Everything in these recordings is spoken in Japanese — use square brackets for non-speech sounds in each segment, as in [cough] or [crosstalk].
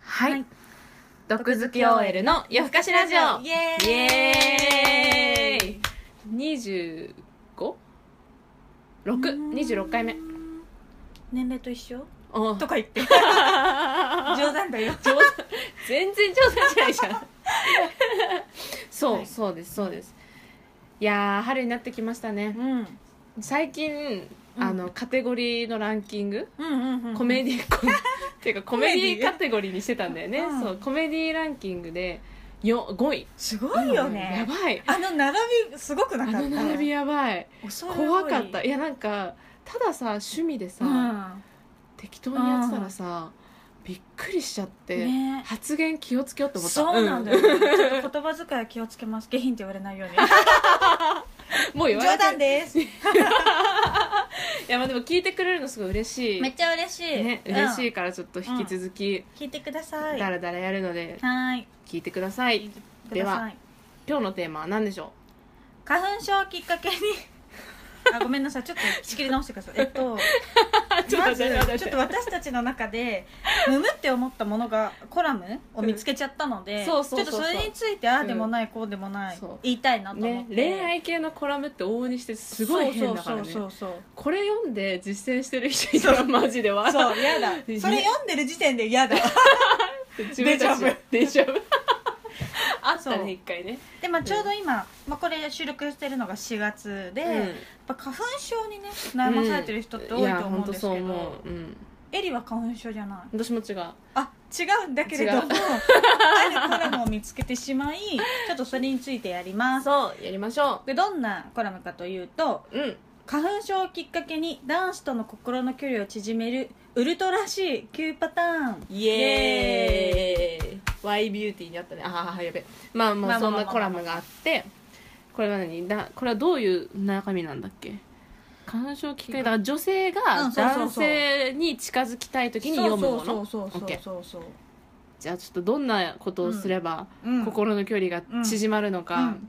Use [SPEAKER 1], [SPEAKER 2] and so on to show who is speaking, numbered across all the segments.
[SPEAKER 1] はい、
[SPEAKER 2] はい
[SPEAKER 1] 毒好き OL の夜更かしラジオ
[SPEAKER 2] イエーイ
[SPEAKER 1] イエーイ2 5 6 26回目
[SPEAKER 2] 年齢と一緒
[SPEAKER 1] おう [laughs]
[SPEAKER 2] とか言って [laughs] 冗談だよ
[SPEAKER 1] 冗談全然冗談じゃないじゃん [laughs] そう、
[SPEAKER 2] はい
[SPEAKER 1] そうですそうですいやー春になってきましたね
[SPEAKER 2] うんうん
[SPEAKER 1] 最近
[SPEAKER 2] うん
[SPEAKER 1] あのカテゴリーのランキング、
[SPEAKER 2] うんうん
[SPEAKER 1] コメ [laughs] ディコっていうかコメディカテゴリーにしてたんだよね、
[SPEAKER 2] うん
[SPEAKER 1] そうコメディランキングでよ5位
[SPEAKER 2] すごいよね、
[SPEAKER 1] うんやばい
[SPEAKER 2] あの並びすごくな
[SPEAKER 1] あ
[SPEAKER 2] かった
[SPEAKER 1] の並びやばい
[SPEAKER 2] 恐れ多い
[SPEAKER 1] 怖かったいやなんかたださ趣味でさ、
[SPEAKER 2] うん
[SPEAKER 1] 適当にやってたらさ、びっくりしちゃって、
[SPEAKER 2] ね
[SPEAKER 1] 発言気をつけようと思った
[SPEAKER 2] そうなんだよ、ちょっと言葉遣い気をつけます下品って言われないよう
[SPEAKER 1] [laughs]
[SPEAKER 2] に
[SPEAKER 1] うんもう言われ
[SPEAKER 2] 冗
[SPEAKER 1] て
[SPEAKER 2] 談です
[SPEAKER 1] いやまあでも聞いてくれるのすごい嬉しい
[SPEAKER 2] めっちゃ嬉しい、
[SPEAKER 1] ね、嬉し
[SPEAKER 2] い、
[SPEAKER 1] いからちょっと引き続き、
[SPEAKER 2] 聞いてください
[SPEAKER 1] だ
[SPEAKER 2] は
[SPEAKER 1] らだらやるので
[SPEAKER 2] ーい
[SPEAKER 1] 聞いてくださいでは今日のテーマは何でしょ
[SPEAKER 2] 花粉症をきっ
[SPEAKER 1] [laughs]
[SPEAKER 2] かけにあごめんなさいちょっと仕切り直してくださいえっと
[SPEAKER 1] ちょっと
[SPEAKER 2] ま
[SPEAKER 1] 待
[SPEAKER 2] ず
[SPEAKER 1] って待って
[SPEAKER 2] ちょっと私たちの中でむむって思ったものがコラムを見つけちゃったの
[SPEAKER 1] う
[SPEAKER 2] で
[SPEAKER 1] ん
[SPEAKER 2] ち
[SPEAKER 1] そ
[SPEAKER 2] ょ
[SPEAKER 1] う
[SPEAKER 2] っ
[SPEAKER 1] そうそう
[SPEAKER 2] と
[SPEAKER 1] そう
[SPEAKER 2] それについてああでもないこうでもない
[SPEAKER 1] そう
[SPEAKER 2] 言いたいな
[SPEAKER 1] う、
[SPEAKER 2] と思っ
[SPEAKER 1] ね、
[SPEAKER 2] て
[SPEAKER 1] 恋愛系のコラムって往々にしてすごい変だからね
[SPEAKER 2] そうそうそう
[SPEAKER 1] これ読んで実践してる人いたらマジで
[SPEAKER 2] そう
[SPEAKER 1] 笑う
[SPEAKER 2] そう嫌だそれ読んでる時点
[SPEAKER 1] [laughs]
[SPEAKER 2] で嫌だ
[SPEAKER 1] 自分たち
[SPEAKER 2] デジャブ
[SPEAKER 1] デジャ
[SPEAKER 2] [laughs]
[SPEAKER 1] ブあった
[SPEAKER 2] そう
[SPEAKER 1] ね一回ね
[SPEAKER 2] でまあちょうど今、まあ、これ収録してるのが4月で、やっぱ花粉症にね悩まされてる人って多いと思うんですけど、
[SPEAKER 1] いや本当そう思う、うん、
[SPEAKER 2] エリは花粉症じゃない
[SPEAKER 1] 私も違う
[SPEAKER 2] あ違うんだけれどもあ
[SPEAKER 1] 違う
[SPEAKER 2] るコラムを見つけてしまいちょっとそれについてやります
[SPEAKER 1] そうやりましょ
[SPEAKER 2] でどんなコラムかというと
[SPEAKER 1] ううん
[SPEAKER 2] 花粉症をきっかけに男子との心の距離を縮めるウルトラしい9パターン
[SPEAKER 1] イエーイ Y ビューティーにあったねああやべまあま
[SPEAKER 2] ま
[SPEAKER 1] あ
[SPEAKER 2] あま
[SPEAKER 1] そ
[SPEAKER 2] あ
[SPEAKER 1] ん
[SPEAKER 2] まあ
[SPEAKER 1] なコラムがあってこれは何だこれはどういう中身なんだっけ花粉症きっかけだから女性が
[SPEAKER 2] うんそうそうそう
[SPEAKER 1] 男性に近づきたい時に読むも
[SPEAKER 2] そ
[SPEAKER 1] の
[SPEAKER 2] うそうそうそう
[SPEAKER 1] OK
[SPEAKER 2] そうそう、
[SPEAKER 1] じゃあちょっとどんなことをすれば
[SPEAKER 2] うん、
[SPEAKER 1] 心の距離が縮まるの
[SPEAKER 2] う
[SPEAKER 1] か
[SPEAKER 2] ん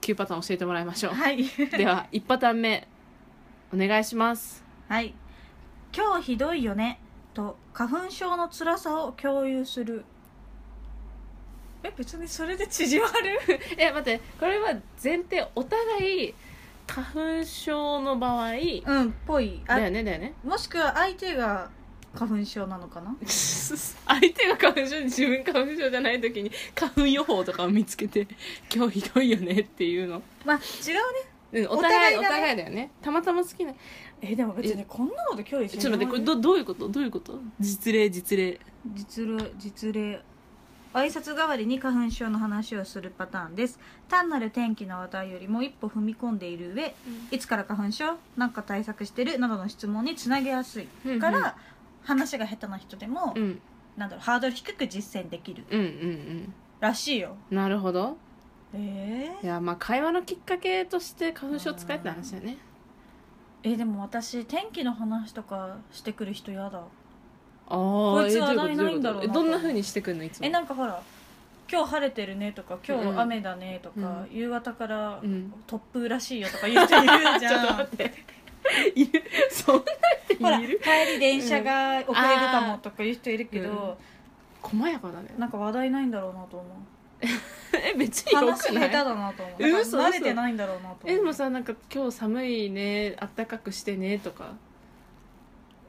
[SPEAKER 1] 9パターン教えてもらいましょう
[SPEAKER 2] はい [laughs]
[SPEAKER 1] では1パターン目お願いします
[SPEAKER 2] はい今日ひどいよねと花粉症の辛さを共有するえ別にそれで縮まる
[SPEAKER 1] え待ってこれは前提お互い花粉症の場合
[SPEAKER 2] うんぽいあ
[SPEAKER 1] だよねだよね
[SPEAKER 2] もしくは相手が花粉症なのかな
[SPEAKER 1] 相手が花粉症に自分花粉症じゃない時に花粉予報とかを見つけて [laughs] 今日ひどいよねっていうの、
[SPEAKER 2] まあ違うね
[SPEAKER 1] うん、お互い
[SPEAKER 2] お互
[SPEAKER 1] お互
[SPEAKER 2] いだね
[SPEAKER 1] いだよねたまたま好きな
[SPEAKER 2] えでも別に
[SPEAKER 1] え
[SPEAKER 2] こんなので距離
[SPEAKER 1] ちょ
[SPEAKER 2] 縮
[SPEAKER 1] っと待ってこれどどういうことどういうこと実例実例
[SPEAKER 2] 実例実例挨拶代わりに花粉症の話をするパターンです単なる天気の話題よりも一歩踏み込んでいる上、いつから花粉症なんか対策してるなどの質問につなげやすいか
[SPEAKER 1] うんうん
[SPEAKER 2] ら話が下手な人でも、
[SPEAKER 1] うん
[SPEAKER 2] なんだろうハードル低く実践できる
[SPEAKER 1] うんうん
[SPEAKER 2] らしいよ
[SPEAKER 1] うんなるほど
[SPEAKER 2] え
[SPEAKER 1] いやまあ会話のきっかけとして花粉症使えって話だよね
[SPEAKER 2] えでも私天気の話とかしてくる人やだ
[SPEAKER 1] ああ
[SPEAKER 2] こいつ話題ないんだろうな
[SPEAKER 1] どんなふうにしてくんのいつも
[SPEAKER 2] えなんかほら今日晴れてるねとか今
[SPEAKER 1] うん
[SPEAKER 2] 日雨だねとか、
[SPEAKER 1] う
[SPEAKER 2] 夕方から
[SPEAKER 1] うん
[SPEAKER 2] 突風らしいよとか言う人いるじ
[SPEAKER 1] [laughs] ちょっと
[SPEAKER 2] ゃん
[SPEAKER 1] 待っているそんな
[SPEAKER 2] ほら
[SPEAKER 1] 人い
[SPEAKER 2] 帰
[SPEAKER 1] る
[SPEAKER 2] り電車が遅れるかもとか言う人いるけど、
[SPEAKER 1] 細やかだね
[SPEAKER 2] なんか話題ないんだろうなと思
[SPEAKER 1] え別
[SPEAKER 2] う
[SPEAKER 1] によく
[SPEAKER 2] 話下手
[SPEAKER 1] ない
[SPEAKER 2] だなと思う
[SPEAKER 1] え
[SPEAKER 2] なんか
[SPEAKER 1] 嘘
[SPEAKER 2] 慣れてないんだろうなと
[SPEAKER 1] え
[SPEAKER 2] 思
[SPEAKER 1] で
[SPEAKER 2] う
[SPEAKER 1] もさなんか今日寒いねあったかくしてねとか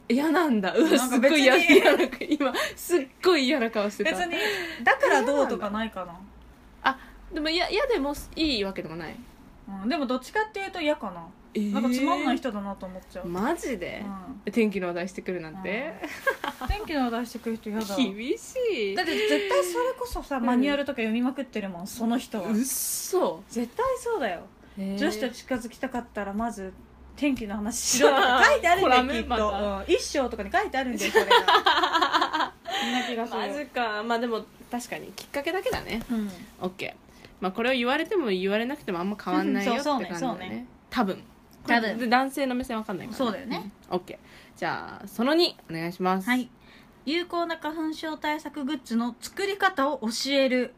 [SPEAKER 1] 嫌なんだうわ
[SPEAKER 2] なん
[SPEAKER 1] す
[SPEAKER 2] か
[SPEAKER 1] っ
[SPEAKER 2] 別
[SPEAKER 1] ご
[SPEAKER 2] に
[SPEAKER 1] い嫌嫌な今すっごい嫌な顔して
[SPEAKER 2] 別
[SPEAKER 1] た
[SPEAKER 2] にだからどうとかないかな
[SPEAKER 1] でもいや嫌でもいいわけでもない
[SPEAKER 2] うん、でもどっちかっていうと嫌かななんかつまんない人だなと思っちゃう、
[SPEAKER 1] マジで、
[SPEAKER 2] うん
[SPEAKER 1] 天気の話題してくるなんて、 [laughs]
[SPEAKER 2] 天気の話題してくる人嫌だ
[SPEAKER 1] 厳しい
[SPEAKER 2] だって絶対それこそさ、
[SPEAKER 1] うん
[SPEAKER 2] マニュアルとか読みまくってるもんその人は
[SPEAKER 1] うっそ
[SPEAKER 2] 絶対そうだよ、女
[SPEAKER 1] 女
[SPEAKER 2] 子と近づきたかったらまず天気の話しろとか書いてあるんだ
[SPEAKER 1] コラム
[SPEAKER 2] よきっ
[SPEAKER 1] ま
[SPEAKER 2] と、
[SPEAKER 1] た
[SPEAKER 2] うん一章とかに書いてあるんだ
[SPEAKER 1] [laughs]
[SPEAKER 2] よそれがそんな気がす
[SPEAKER 1] マジ
[SPEAKER 2] る、
[SPEAKER 1] かまあでも確かにきっかけだけだね
[SPEAKER 2] うん、
[SPEAKER 1] OK まあこれを言われても言われなくてもあんま変わんないよって
[SPEAKER 2] そう
[SPEAKER 1] 感
[SPEAKER 2] そ
[SPEAKER 1] じだ
[SPEAKER 2] うねそうね
[SPEAKER 1] ね多分
[SPEAKER 2] 多分
[SPEAKER 1] これで男性の目線わかんないから
[SPEAKER 2] そうだよね、
[SPEAKER 1] うん OK じゃあその2お願いします
[SPEAKER 2] はい有効な花粉症対策グッズの作り方を教える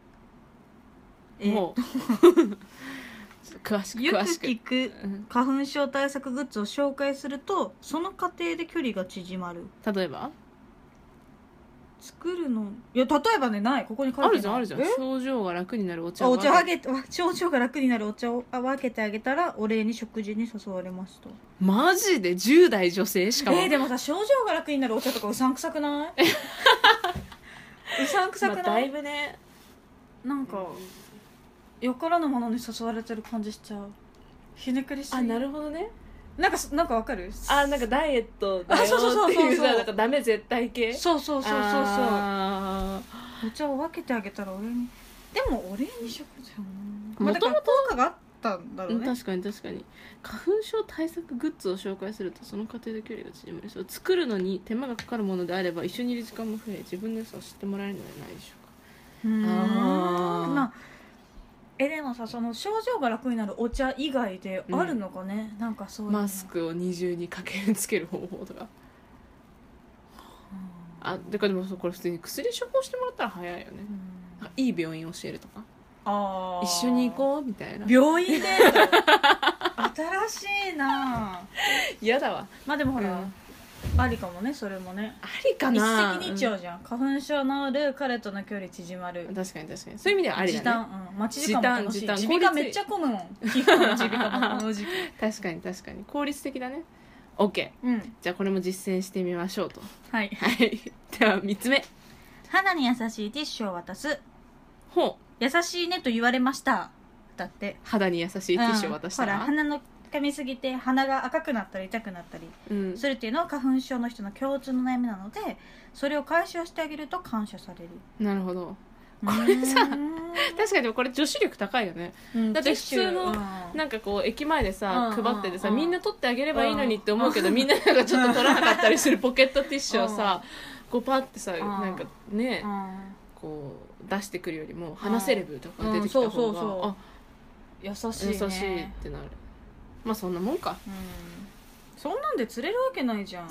[SPEAKER 2] え
[SPEAKER 1] もう [laughs] 詳しく
[SPEAKER 2] よく
[SPEAKER 1] 詳しく
[SPEAKER 2] 聞く
[SPEAKER 1] うん
[SPEAKER 2] 花粉症対策グッズを紹介するとその過程で距離が縮まる
[SPEAKER 1] 例えば
[SPEAKER 2] 作るのいや例えばねないここに書
[SPEAKER 1] あ
[SPEAKER 2] いてない
[SPEAKER 1] るじゃんあるじゃん
[SPEAKER 2] え
[SPEAKER 1] 症状が楽になるお茶
[SPEAKER 2] あ
[SPEAKER 1] を
[SPEAKER 2] お茶をあげてわ症状が楽になるお茶をあ分けてあげたらお礼に食事に誘われました
[SPEAKER 1] マジで10代女性しかも、
[SPEAKER 2] えー、でもさ症状が楽になるお茶とかうさんくさくない [laughs] うさんくさく
[SPEAKER 1] まあ
[SPEAKER 2] な
[SPEAKER 1] だ
[SPEAKER 2] い、
[SPEAKER 1] いぶね
[SPEAKER 2] なんかよからぬものに誘われてる感じしちゃうひねくりし
[SPEAKER 1] あな
[SPEAKER 2] る
[SPEAKER 1] るほどね
[SPEAKER 2] なんかすなんかわかる
[SPEAKER 1] あなんかダイエットだよ
[SPEAKER 2] あそうそうそうそう
[SPEAKER 1] っていうさなんかダメ絶対系
[SPEAKER 2] そうそうそうそうそう
[SPEAKER 1] あ
[SPEAKER 2] お茶を分けてあげたらお礼にでもお礼に食事はなま
[SPEAKER 1] も
[SPEAKER 2] あ、だ
[SPEAKER 1] と
[SPEAKER 2] か
[SPEAKER 1] も
[SPEAKER 2] ら効果があったんだ
[SPEAKER 1] ー
[SPEAKER 2] ろ
[SPEAKER 1] う
[SPEAKER 2] うんね
[SPEAKER 1] 確かに確かに花粉症対策グッズを紹介するとその過程で距離が縮まりそう作るのに手間がかかるものであれば一緒にいる時間も増え自分の良さを知ってもらえるのではないでしょうか
[SPEAKER 2] うーん
[SPEAKER 1] あー
[SPEAKER 2] まあえでもさその症状が楽になるお茶以外であるのかね、なんかそういうの
[SPEAKER 1] マスクを二重にかけつける方法とか [laughs] あでかでもそうこれ普通に薬処方してもらったら早いよね
[SPEAKER 2] うん
[SPEAKER 1] なんかいい病院教えるとか
[SPEAKER 2] あー
[SPEAKER 1] 一緒に行こうみたいな
[SPEAKER 2] 病院で新しいなあ
[SPEAKER 1] 嫌だわ
[SPEAKER 2] まあでもほ
[SPEAKER 1] う
[SPEAKER 2] ら、
[SPEAKER 1] ん
[SPEAKER 2] ありかもねそれもね
[SPEAKER 1] ありか
[SPEAKER 2] 一
[SPEAKER 1] な
[SPEAKER 2] 石二鳥じゃん、花粉症治る彼との距離縮まる
[SPEAKER 1] うん確かに確かにそういう意味ではあり
[SPEAKER 2] 時
[SPEAKER 1] だね
[SPEAKER 2] 短、うん、待ち時間も楽しい
[SPEAKER 1] 時短時短
[SPEAKER 2] 耳鼻科
[SPEAKER 1] 効率いい
[SPEAKER 2] めっちゃ混むも
[SPEAKER 1] [laughs]
[SPEAKER 2] ん皮膚科も耳鼻科もこの時期
[SPEAKER 1] 確かに確かに効率的だね OK
[SPEAKER 2] うん
[SPEAKER 1] じゃあこれも実践してみましょうと
[SPEAKER 2] はい
[SPEAKER 1] はいでは3つ目
[SPEAKER 2] 肌に優しいティッシュを渡す
[SPEAKER 1] ほう
[SPEAKER 2] 優しいねと言われましただって
[SPEAKER 1] 肌に優しいティッシュを渡した
[SPEAKER 2] うんほ
[SPEAKER 1] ら
[SPEAKER 2] ら、鼻の噛みすぎて鼻が赤くなったり痛くなったり
[SPEAKER 1] うん、
[SPEAKER 2] するっていうのは花粉症の人の共通の悩みなのでそれを解消してあげると感謝される
[SPEAKER 1] なるほどこれさ
[SPEAKER 2] うーん
[SPEAKER 1] 確かにでもこれ女子力高いよね
[SPEAKER 2] うん
[SPEAKER 1] だって
[SPEAKER 2] ティッシュ
[SPEAKER 1] 普通の
[SPEAKER 2] うん
[SPEAKER 1] なんかこう駅前でさ
[SPEAKER 2] うん
[SPEAKER 1] 配っててさ
[SPEAKER 2] うん
[SPEAKER 1] みんな取ってあげればいいのにって思うけどみんななんかちょっと取らなかったりするポケットティッシュをさこうパってさなんかね
[SPEAKER 2] うん
[SPEAKER 1] こう出してくるよりも話せレブとか出てき
[SPEAKER 2] う
[SPEAKER 1] た
[SPEAKER 2] ん
[SPEAKER 1] 方
[SPEAKER 2] そうそうそう
[SPEAKER 1] があ
[SPEAKER 2] 優しい
[SPEAKER 1] 優
[SPEAKER 2] ね
[SPEAKER 1] しいってなるまあそんなもん
[SPEAKER 2] [laughs]
[SPEAKER 1] か
[SPEAKER 2] うんそんなんで釣れるわけないじゃん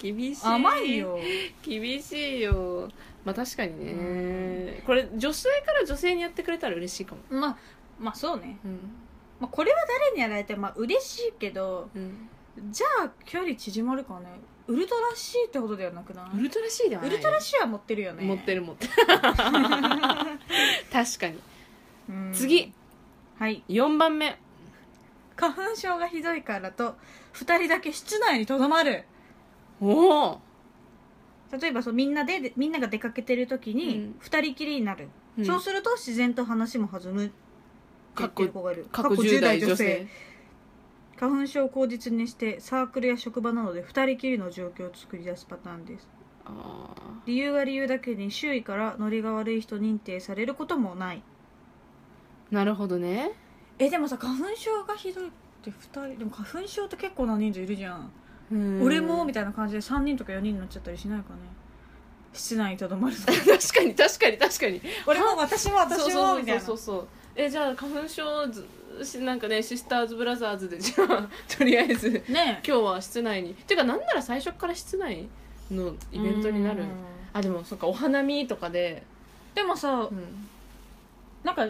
[SPEAKER 1] 厳しい
[SPEAKER 2] 甘いよ
[SPEAKER 1] 厳しいよまあ確かに
[SPEAKER 2] う
[SPEAKER 1] ねこれ女性から女性にやってくれたら嬉しいかも
[SPEAKER 2] まあまあそうね、
[SPEAKER 1] うん
[SPEAKER 2] まあ、これは誰にやられてもまあ嬉しいけど
[SPEAKER 1] うん
[SPEAKER 2] じゃあ距離縮まるかねウルトラ C ってことではなくない
[SPEAKER 1] ウルトラ C ではな
[SPEAKER 2] ウ
[SPEAKER 1] いよ
[SPEAKER 2] ルトラ C は持ってるよね
[SPEAKER 1] 持ってる持って [laughs] る確かに
[SPEAKER 2] うん
[SPEAKER 1] 次
[SPEAKER 2] はい
[SPEAKER 1] 4番目
[SPEAKER 2] 花粉症がひどいからと2人だけ室内にとどまる
[SPEAKER 1] おお
[SPEAKER 2] 例えばそうみんなででみんなが出かけてる時
[SPEAKER 1] う
[SPEAKER 2] に
[SPEAKER 1] ん
[SPEAKER 2] 2人きりになる、そうすると自然と話も弾むって言ってる子がいる
[SPEAKER 1] 過去10代女性
[SPEAKER 2] 花粉症を口実にしてサークルや職場などで2人きりの状況を作り出すパターンです
[SPEAKER 1] あ
[SPEAKER 2] 理由が理由だけに周囲からノリが悪い人認定されることもない
[SPEAKER 1] ーなるほどね
[SPEAKER 2] えでもさ花粉症がひどいって2人でも花粉症って結構な人数いるじゃん
[SPEAKER 1] うん
[SPEAKER 2] 俺もみたいな感じで3人とか4人になっちゃったりしないかね室内にとどまる
[SPEAKER 1] [laughs]
[SPEAKER 2] と
[SPEAKER 1] 確かに確かに確かに
[SPEAKER 2] [laughs] 俺も私
[SPEAKER 1] そう
[SPEAKER 2] も私
[SPEAKER 1] そ
[SPEAKER 2] も
[SPEAKER 1] う
[SPEAKER 2] み
[SPEAKER 1] そ
[SPEAKER 2] たいうな
[SPEAKER 1] そうそうえじゃあ花粉症ずしなんかねシスターズブラザーズでじゃあとりあえず
[SPEAKER 2] ね
[SPEAKER 1] 今日は室内にてかなんなら最初から室内の
[SPEAKER 2] え
[SPEAKER 1] イベントになる
[SPEAKER 2] うん
[SPEAKER 1] あでもそっかお花見とかで、
[SPEAKER 2] でもさ
[SPEAKER 1] うん
[SPEAKER 2] なんかあん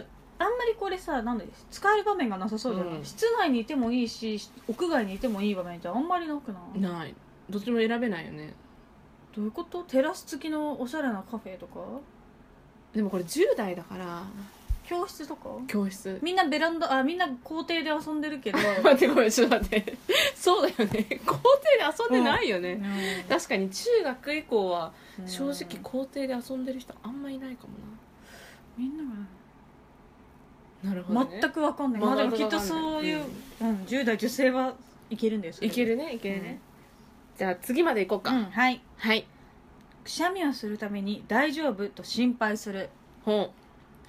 [SPEAKER 2] まりこれさなんで使える場面がなさそうじゃない、
[SPEAKER 1] うん
[SPEAKER 2] 室内にいてもいいし屋外にいてもいい場面ってあんまりなくない
[SPEAKER 1] ないどっちも選べないよね
[SPEAKER 2] どういうことテラス付きのおしゃれなカフェとか
[SPEAKER 1] でもこれ10代だから
[SPEAKER 2] 教室とか
[SPEAKER 1] 教室 [laughs]
[SPEAKER 2] みんなベランダあみんな校庭で遊んでるけど、
[SPEAKER 1] 待ってごめんちょっと待ってそうだよね校庭で遊んでないよね、確かに中学以降は
[SPEAKER 2] うん
[SPEAKER 1] 正直校庭で遊んでる人あんまいないかも
[SPEAKER 2] みんなが
[SPEAKER 1] ななるほど、ね、
[SPEAKER 2] 全くわかんない、まあでもきっとそういう、うん10代女性はいけるんだよそれ
[SPEAKER 1] い
[SPEAKER 2] で
[SPEAKER 1] けるねいけるね、じゃあ次まで行こう
[SPEAKER 2] う
[SPEAKER 1] か、
[SPEAKER 2] んはい
[SPEAKER 1] はい
[SPEAKER 2] くしゃみをするために「大丈夫?」と心配する
[SPEAKER 1] ほ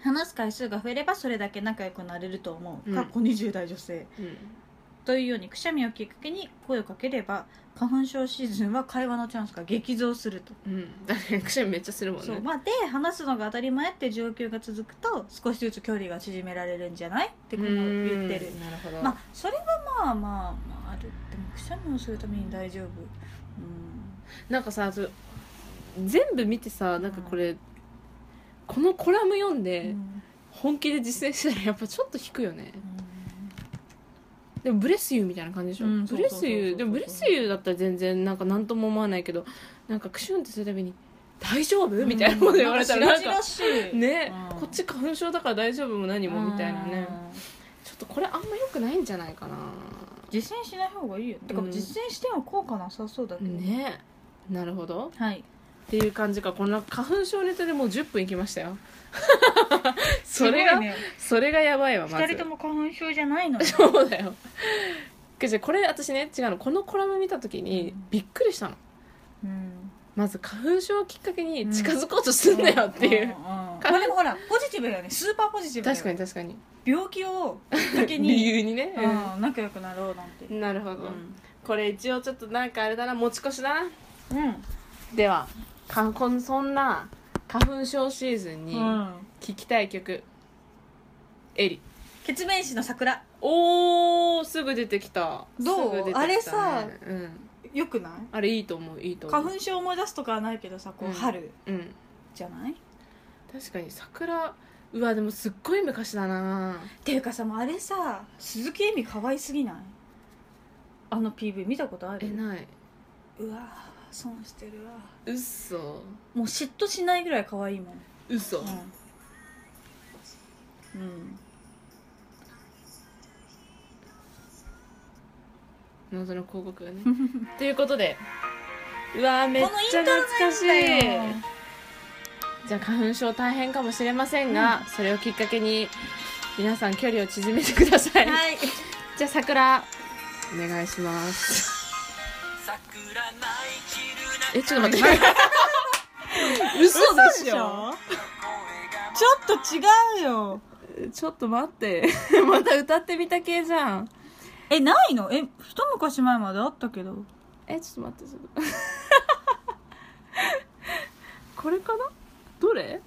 [SPEAKER 2] 話す回数が増えればそれだけ仲良くなれると思う、
[SPEAKER 1] うん
[SPEAKER 2] かっこ20代女性
[SPEAKER 1] う、うん、
[SPEAKER 2] というようにくしゃみをきっかけに声をかければ花粉症シーズンは会話のチャンスが激増すると、
[SPEAKER 1] うん、だからくしゃみめっちゃするもん
[SPEAKER 2] そう
[SPEAKER 1] ね
[SPEAKER 2] まあ、で話すのが当たり前って状況が続くと少しずつ距離が縮められるんじゃないってこ
[SPEAKER 1] う
[SPEAKER 2] の言ってる
[SPEAKER 1] んなるほど、
[SPEAKER 2] まあそれはまあまあ、まあ、あるでもくしゃみをするために大丈夫う
[SPEAKER 1] なんかさそう全部見てさなんかこれ、このコラム読ん
[SPEAKER 2] ん、う
[SPEAKER 1] で
[SPEAKER 2] ん
[SPEAKER 1] 本気で実践したらやっぱちょっと引くよねでもブレスユーみたいな感じでしょ、
[SPEAKER 2] うん
[SPEAKER 1] ブレス
[SPEAKER 2] そうそうそう
[SPEAKER 1] ユ
[SPEAKER 2] そう
[SPEAKER 1] ーでもブレスユーだったら全然なんか何とも思わないけどなんかクシュンってするたびに大丈夫みたいなこと言われたらなん
[SPEAKER 2] なん
[SPEAKER 1] か
[SPEAKER 2] かしらしい
[SPEAKER 1] ね
[SPEAKER 2] うん
[SPEAKER 1] こっち花粉症だから大丈夫も何もみたいなねちょっとこれあんま良くないんじゃないかな
[SPEAKER 2] 実践しない方がいいよてか
[SPEAKER 1] うん
[SPEAKER 2] 実践しても効果なさそうだけど
[SPEAKER 1] ねなるほど
[SPEAKER 2] はい
[SPEAKER 1] っていう感じかこの花粉症ネタでもう10分いきましたよ [laughs] それ
[SPEAKER 2] す
[SPEAKER 1] が、
[SPEAKER 2] ごいね
[SPEAKER 1] それがやばいわまず
[SPEAKER 2] 二人とも花粉症じゃないのに
[SPEAKER 1] そうだよじゃあこれ私ね違うのこのコラム見た時に
[SPEAKER 2] うん
[SPEAKER 1] びっくりしたの
[SPEAKER 2] うん
[SPEAKER 1] まず花粉症をきっかけに近づこうとすんなよっていう、
[SPEAKER 2] んんんまあでもほらポジティブだよねスーパーポジティブだよ
[SPEAKER 1] 確かに確かに
[SPEAKER 2] 病気をきっか
[SPEAKER 1] [laughs]
[SPEAKER 2] け
[SPEAKER 1] 理
[SPEAKER 2] に
[SPEAKER 1] 由にね、
[SPEAKER 2] うん仲良くなろうなんて
[SPEAKER 1] うんなるほど、
[SPEAKER 2] う
[SPEAKER 1] これ一応ちょっとなんかあれだな持ち越しだなんではかこんそんな花粉症シーズンに
[SPEAKER 2] うん
[SPEAKER 1] 聴きたい曲、エリ
[SPEAKER 2] 血面師の桜
[SPEAKER 1] おーすぐ出てきた
[SPEAKER 2] どう
[SPEAKER 1] すぐ出てきたね
[SPEAKER 2] あれさ
[SPEAKER 1] うん、
[SPEAKER 2] よくない
[SPEAKER 1] あれいいと思ういいと思う
[SPEAKER 2] 花粉症思い出すとかはないけどさこ
[SPEAKER 1] うん
[SPEAKER 2] う春
[SPEAKER 1] うん
[SPEAKER 2] じゃないっ
[SPEAKER 1] 確かに桜うわでもすっごい昔だな
[SPEAKER 2] ていうかさもうあれさ鈴木恵美可愛すぎないあの PV 見たことあ
[SPEAKER 1] え
[SPEAKER 2] る
[SPEAKER 1] ないう
[SPEAKER 2] わー損してるわ
[SPEAKER 1] うっそ
[SPEAKER 2] もう嫉妬しないぐらい可愛いもん
[SPEAKER 1] うそ
[SPEAKER 2] うん、うん、
[SPEAKER 1] 謎の広告がね [laughs] ということでうわめっ
[SPEAKER 2] このイン
[SPEAKER 1] ち
[SPEAKER 2] ト
[SPEAKER 1] ゃ
[SPEAKER 2] ロがいい
[SPEAKER 1] 懐かしい
[SPEAKER 2] んだよ
[SPEAKER 1] じゃあ花粉症大変かもしれませんが、それをきっかけに皆さん距離を縮めてください、
[SPEAKER 2] はい
[SPEAKER 1] じゃあ桜お願いします [laughs] えちょっと待って [laughs] 嘘
[SPEAKER 2] 嘘
[SPEAKER 1] で
[SPEAKER 2] で
[SPEAKER 1] し
[SPEAKER 2] し
[SPEAKER 1] ょ
[SPEAKER 2] ょちょっと違うよ
[SPEAKER 1] ちょっと待って [laughs] また歌ってみた系じゃん
[SPEAKER 2] えないのえ一昔前まであったけど
[SPEAKER 1] えちょっと待ってちょっと [laughs] これかなどれ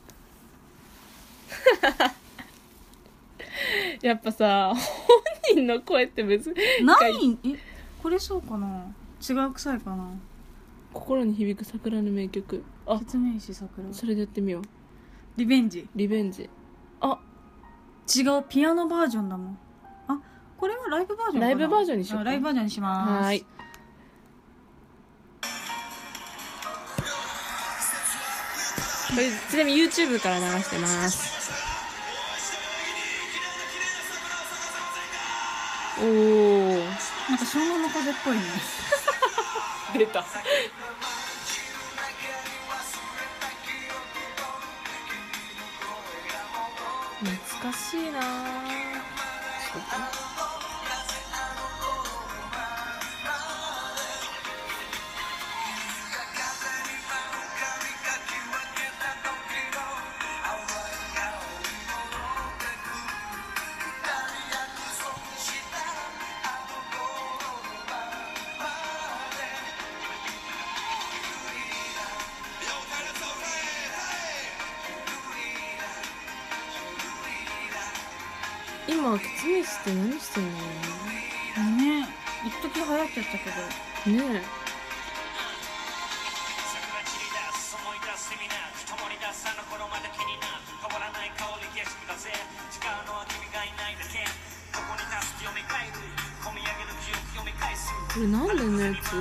[SPEAKER 1] [laughs] やっぱさ本人の声って別に
[SPEAKER 2] ないえこれそうかな違う臭いかな
[SPEAKER 1] 心に響く桜の名曲あ
[SPEAKER 2] 説明し桜
[SPEAKER 1] それでやってみよう
[SPEAKER 2] リベンジ
[SPEAKER 1] リベンジあ
[SPEAKER 2] 違うピアノバージョンだもんあこれはライブバージョンかな
[SPEAKER 1] ライブバージョンにしようか
[SPEAKER 2] あライブバージョンにします
[SPEAKER 1] はいこれちなみに YouTube から流してますおお
[SPEAKER 2] なんか湘南の風っぽいね
[SPEAKER 1] 出た懐かしいな今キツネシって何してんの
[SPEAKER 2] ね一時流行っちゃったけど
[SPEAKER 1] ねえこれ何年のやつ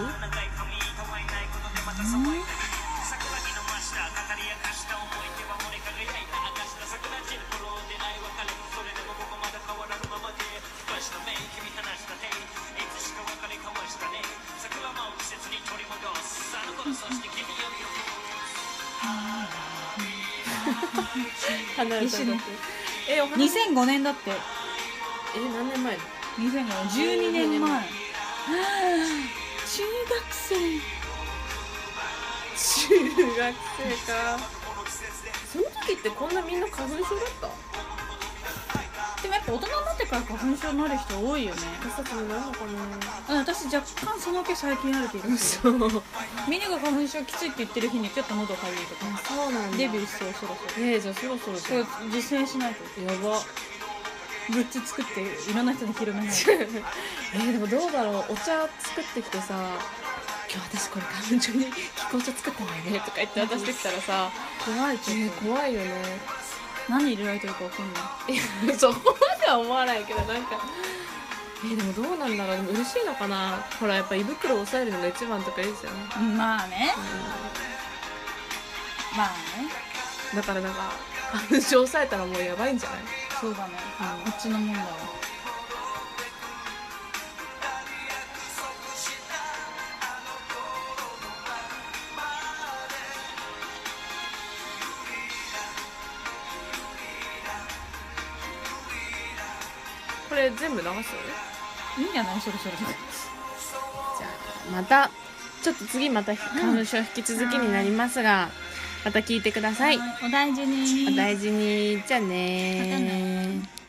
[SPEAKER 1] 離れた
[SPEAKER 2] れた
[SPEAKER 1] だ
[SPEAKER 2] だ
[SPEAKER 1] け
[SPEAKER 2] け
[SPEAKER 1] えお花え
[SPEAKER 2] 2005年だって
[SPEAKER 1] 何年前
[SPEAKER 2] 2005年12年前はあ中学生
[SPEAKER 1] 中学生かその時ってこんなみんな花粉症だった
[SPEAKER 2] でもやっぱ大人になってから花粉症になる人多いよね
[SPEAKER 1] 私たちもなのか
[SPEAKER 2] うん私若干その毛最近あるけど
[SPEAKER 1] なそう
[SPEAKER 2] みんなが花粉症きついって言ってる日にちょっと喉かゆいとか
[SPEAKER 1] そうなんだ
[SPEAKER 2] デビューしそうそろそろ
[SPEAKER 1] えー、じゃあそろそろ
[SPEAKER 2] そ
[SPEAKER 1] じゃん
[SPEAKER 2] れ実践しないと
[SPEAKER 1] やば
[SPEAKER 2] グッズ作っていろんな人に広めないと
[SPEAKER 1] [laughs] えー、でもどうだろうお茶作ってきてさ「今日私これ花粉症に気候茶作ったんだよね」とか言って渡してきたら [laughs] さ
[SPEAKER 2] 怖
[SPEAKER 1] え
[SPEAKER 2] い
[SPEAKER 1] ー、怖いよね
[SPEAKER 2] 何入れられてるかわかんない
[SPEAKER 1] いや [laughs] そこまでは思わないけどなんかえー、でもどうなんだろうでも嬉しいのかなほらやっぱ胃袋を抑えるのが一番とかいいですよね
[SPEAKER 2] まあね
[SPEAKER 1] あ
[SPEAKER 2] まあね
[SPEAKER 1] だからなんか花粉症抑えたらもうやばいんじゃない
[SPEAKER 2] そうだね、
[SPEAKER 1] う
[SPEAKER 2] こ
[SPEAKER 1] ん
[SPEAKER 2] っちのもんだわ
[SPEAKER 1] これ全部流すよね
[SPEAKER 2] いいんじゃないそろそろ
[SPEAKER 1] じゃあまたちょっと次また花粉症引き続きになりますが、また聞いてください、
[SPEAKER 2] お大事に
[SPEAKER 1] お大事にじゃあねー
[SPEAKER 2] またね